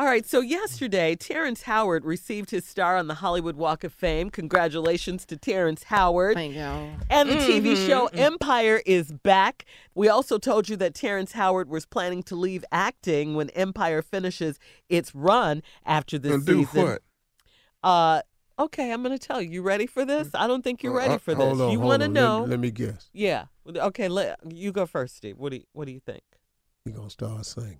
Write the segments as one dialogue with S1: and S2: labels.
S1: All right, so yesterday, Terrence Howard received his star on the Hollywood Walk of Fame. Congratulations to Terrence Howard.
S2: Thank you.
S1: And the TV show Empire is back. We also told you that Terrence Howard was planning to leave acting when Empire finishes its run after this
S3: And do
S1: season.
S3: what?
S1: Uh, okay, I'm going to tell you. You ready for this? I don't think you're
S3: Uh,
S1: ready for this.
S3: Hold on,
S1: you
S3: hold
S1: want to
S3: on. Let me-
S1: know?
S3: Let, me guess.
S1: Yeah. Okay, let, you go first, Steve. What do you, what do you think?
S3: He gonna start singing.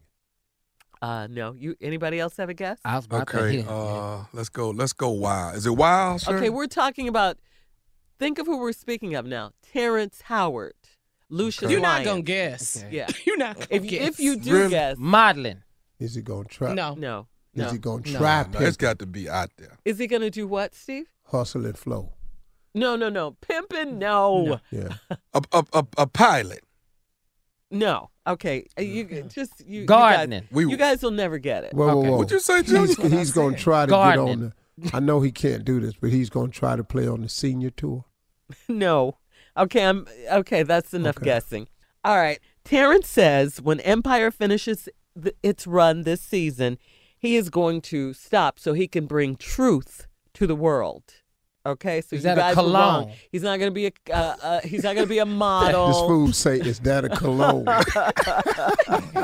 S1: Uh, no. You anybody else have a guess?
S2: I was about to
S3: Okay.
S2: hit.
S3: Uh, let's go. Let's go. Wild. Is it wild? Sir?
S1: Okay, we're talking about. Think of who we're speaking of now: Terrence Howard, Lucius.
S2: You're not
S1: Lyons.
S2: gonna guess.
S1: Yeah.
S2: You're not gonna
S1: If you,
S2: guess.
S1: if you do
S3: Really?
S1: guess,
S2: modeling,
S3: Is he gonna try?
S2: no.
S1: no,
S3: Is
S1: no.
S3: he gonna
S2: No.
S3: try?
S2: No,
S3: No,
S2: it's
S3: it's got to be out there.
S1: Is he gonna do what, Steve?
S3: Hustle and flow.
S1: No, no, no. Pimpin', no, no.
S3: Yeah.
S4: A, a, a, a pilot.
S1: Okay, uh, you g- just you.
S2: Gardening.
S1: You guys, you guys will never get it.
S3: Whoa,
S2: Okay.
S3: whoa, whoa.
S2: What'd
S4: you say, Junior?
S3: He's,
S2: That's what I
S3: he's gonna
S2: said.
S3: try to get
S2: Gardening.
S3: on the. I know he can't do this, but he's gonna try to play on the senior tour.
S1: No. Okay, I'm okay. That's enough
S3: Okay.
S1: guessing. All right. Terrence says when Empire finishes th- its run this season, he is going to stop so he can bring truth to the world. Okay, so
S2: Is
S1: you
S2: that a
S1: guys were wrong.
S2: cologne?
S1: He's not going to be a uh, uh, he's not going to be a
S3: This
S1: model.
S3: fool say, "Is that a cologne?"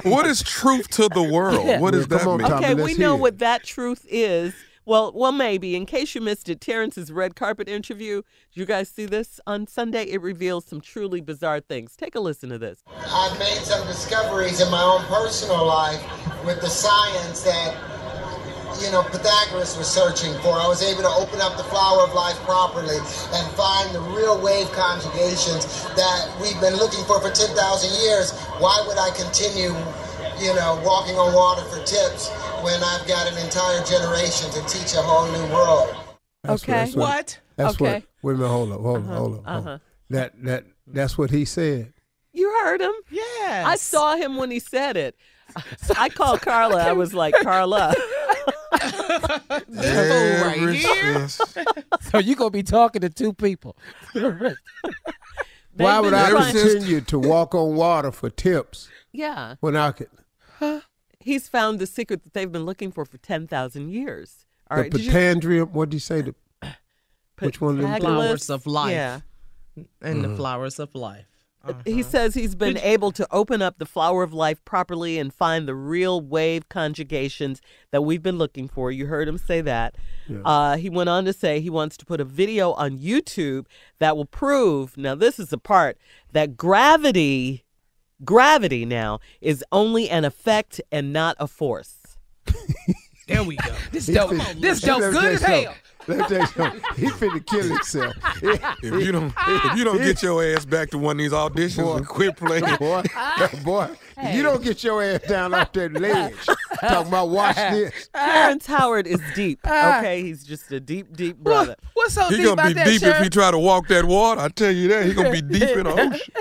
S4: What is truth to the world?
S1: Yeah.
S4: What does
S3: Yeah, come
S4: that
S3: on,
S4: mean?
S3: Tommy,
S1: okay,
S3: let's
S1: we know
S3: hear it.
S1: what that truth is. Well, well, maybe. In case you missed it, Terrence's red carpet interview. Did you guys see this on Sunday? It reveals some truly bizarre things. Take a listen to this.
S5: I've made some discoveries in my own personal life with the science that you know Pythagoras was searching for. I was able to open up the flower of life properly and find the real wave conjugations that we've been looking for for 10,000 years. Why would I continue, you know, walking on water for tips when I've got an entire generation to teach a whole new world?
S3: That's
S1: Okay.
S3: that's
S2: What?
S3: That's
S1: Okay. Uh-huh,
S3: what. Wait a minute. Hold up. Hold up. Hold up. hold up. That that that's what he said.
S1: You heard him.
S2: Yes.
S1: I saw him when he said it. I called Carla. I was like, Carla.
S2: This fool right
S4: Ever
S2: here.
S4: since-
S2: So you gonna be talking to two people.
S1: They've
S3: Why would
S1: been
S3: I
S1: trying-
S3: continue to walk on water for tips
S1: Yeah.
S3: when I could?
S1: Huh? He's found the secret that they've been looking for for 10,000 years. All
S3: the
S1: right. did you-
S3: Patandrium, what do you say? The, which one of them?
S1: Pataglis-
S2: Flowers of life.
S1: Yeah.
S2: And
S3: Mhm.
S2: the flowers of life. Uh-huh.
S1: He says he's been able to open up the flower of life properly and find the real wave conjugations that we've been looking for. You heard him say that.
S6: Yeah.
S1: Uh, he went on to say he wants to put a video on YouTube that will prove now, this is the part that gravity, gravity now is only an effect and not a force.
S2: There we go. this
S3: He
S2: dope.
S3: fin-
S2: This
S3: let
S2: dope
S3: me
S2: good
S3: tell
S2: as
S3: you
S2: hell.
S3: something. Let me tell you something. He finna kill himself.
S7: If you don't, if you don't get your ass back to one of these auditions, and quit playing.
S3: Boy, boy, you don't get your ass down off that ledge. Talking about watch this.
S1: Terrence Howard is deep. Okay, he's just a deep, deep brother.
S2: Ah. What's so
S7: He gonna be deep if he try to walk that water. I tell you that he gonna be deep in the ocean.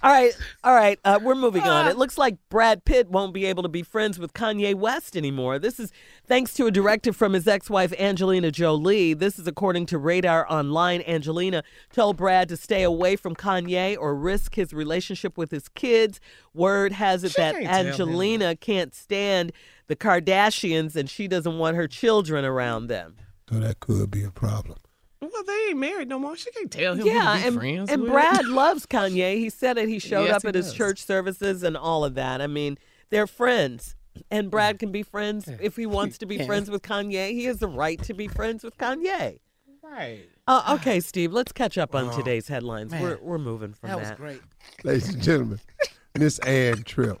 S1: All right, all right. Uh, we're moving on.
S2: Ah.
S1: It looks like Brad Pitt won't be able to be friends with Kanye West anymore. This is thanks to a directive from his ex-wife Angelina Jolie. This is according to Radar Online. Angelina told Brad to stay away from Kanye or risk his relationship with his kids. Word has it that
S2: can't tell him.
S1: Angelina can't stand the Kardashians and she doesn't want her children around them.
S3: So that could be a problem.
S2: Well, they ain't married no more. She can't tell him.
S1: Yeah,
S2: who to be
S1: and,
S2: friends
S1: and
S2: with.
S1: Brad loves Kanye. He said it. He showed
S2: Yes,
S1: up
S2: he
S1: at his
S2: does.
S1: church services and all of that. I mean, they're friends. And Brad can be friends if he wants to be
S2: Yeah.
S1: friends with Kanye. He has the right to be friends with Kanye.
S2: Right.
S1: Uh, okay, Steve, let's catch up on today's headlines.
S2: Oh, man.
S1: We're, we're moving from that.
S2: That was great.
S3: Ladies and gentlemen, Miss Ann Tripp.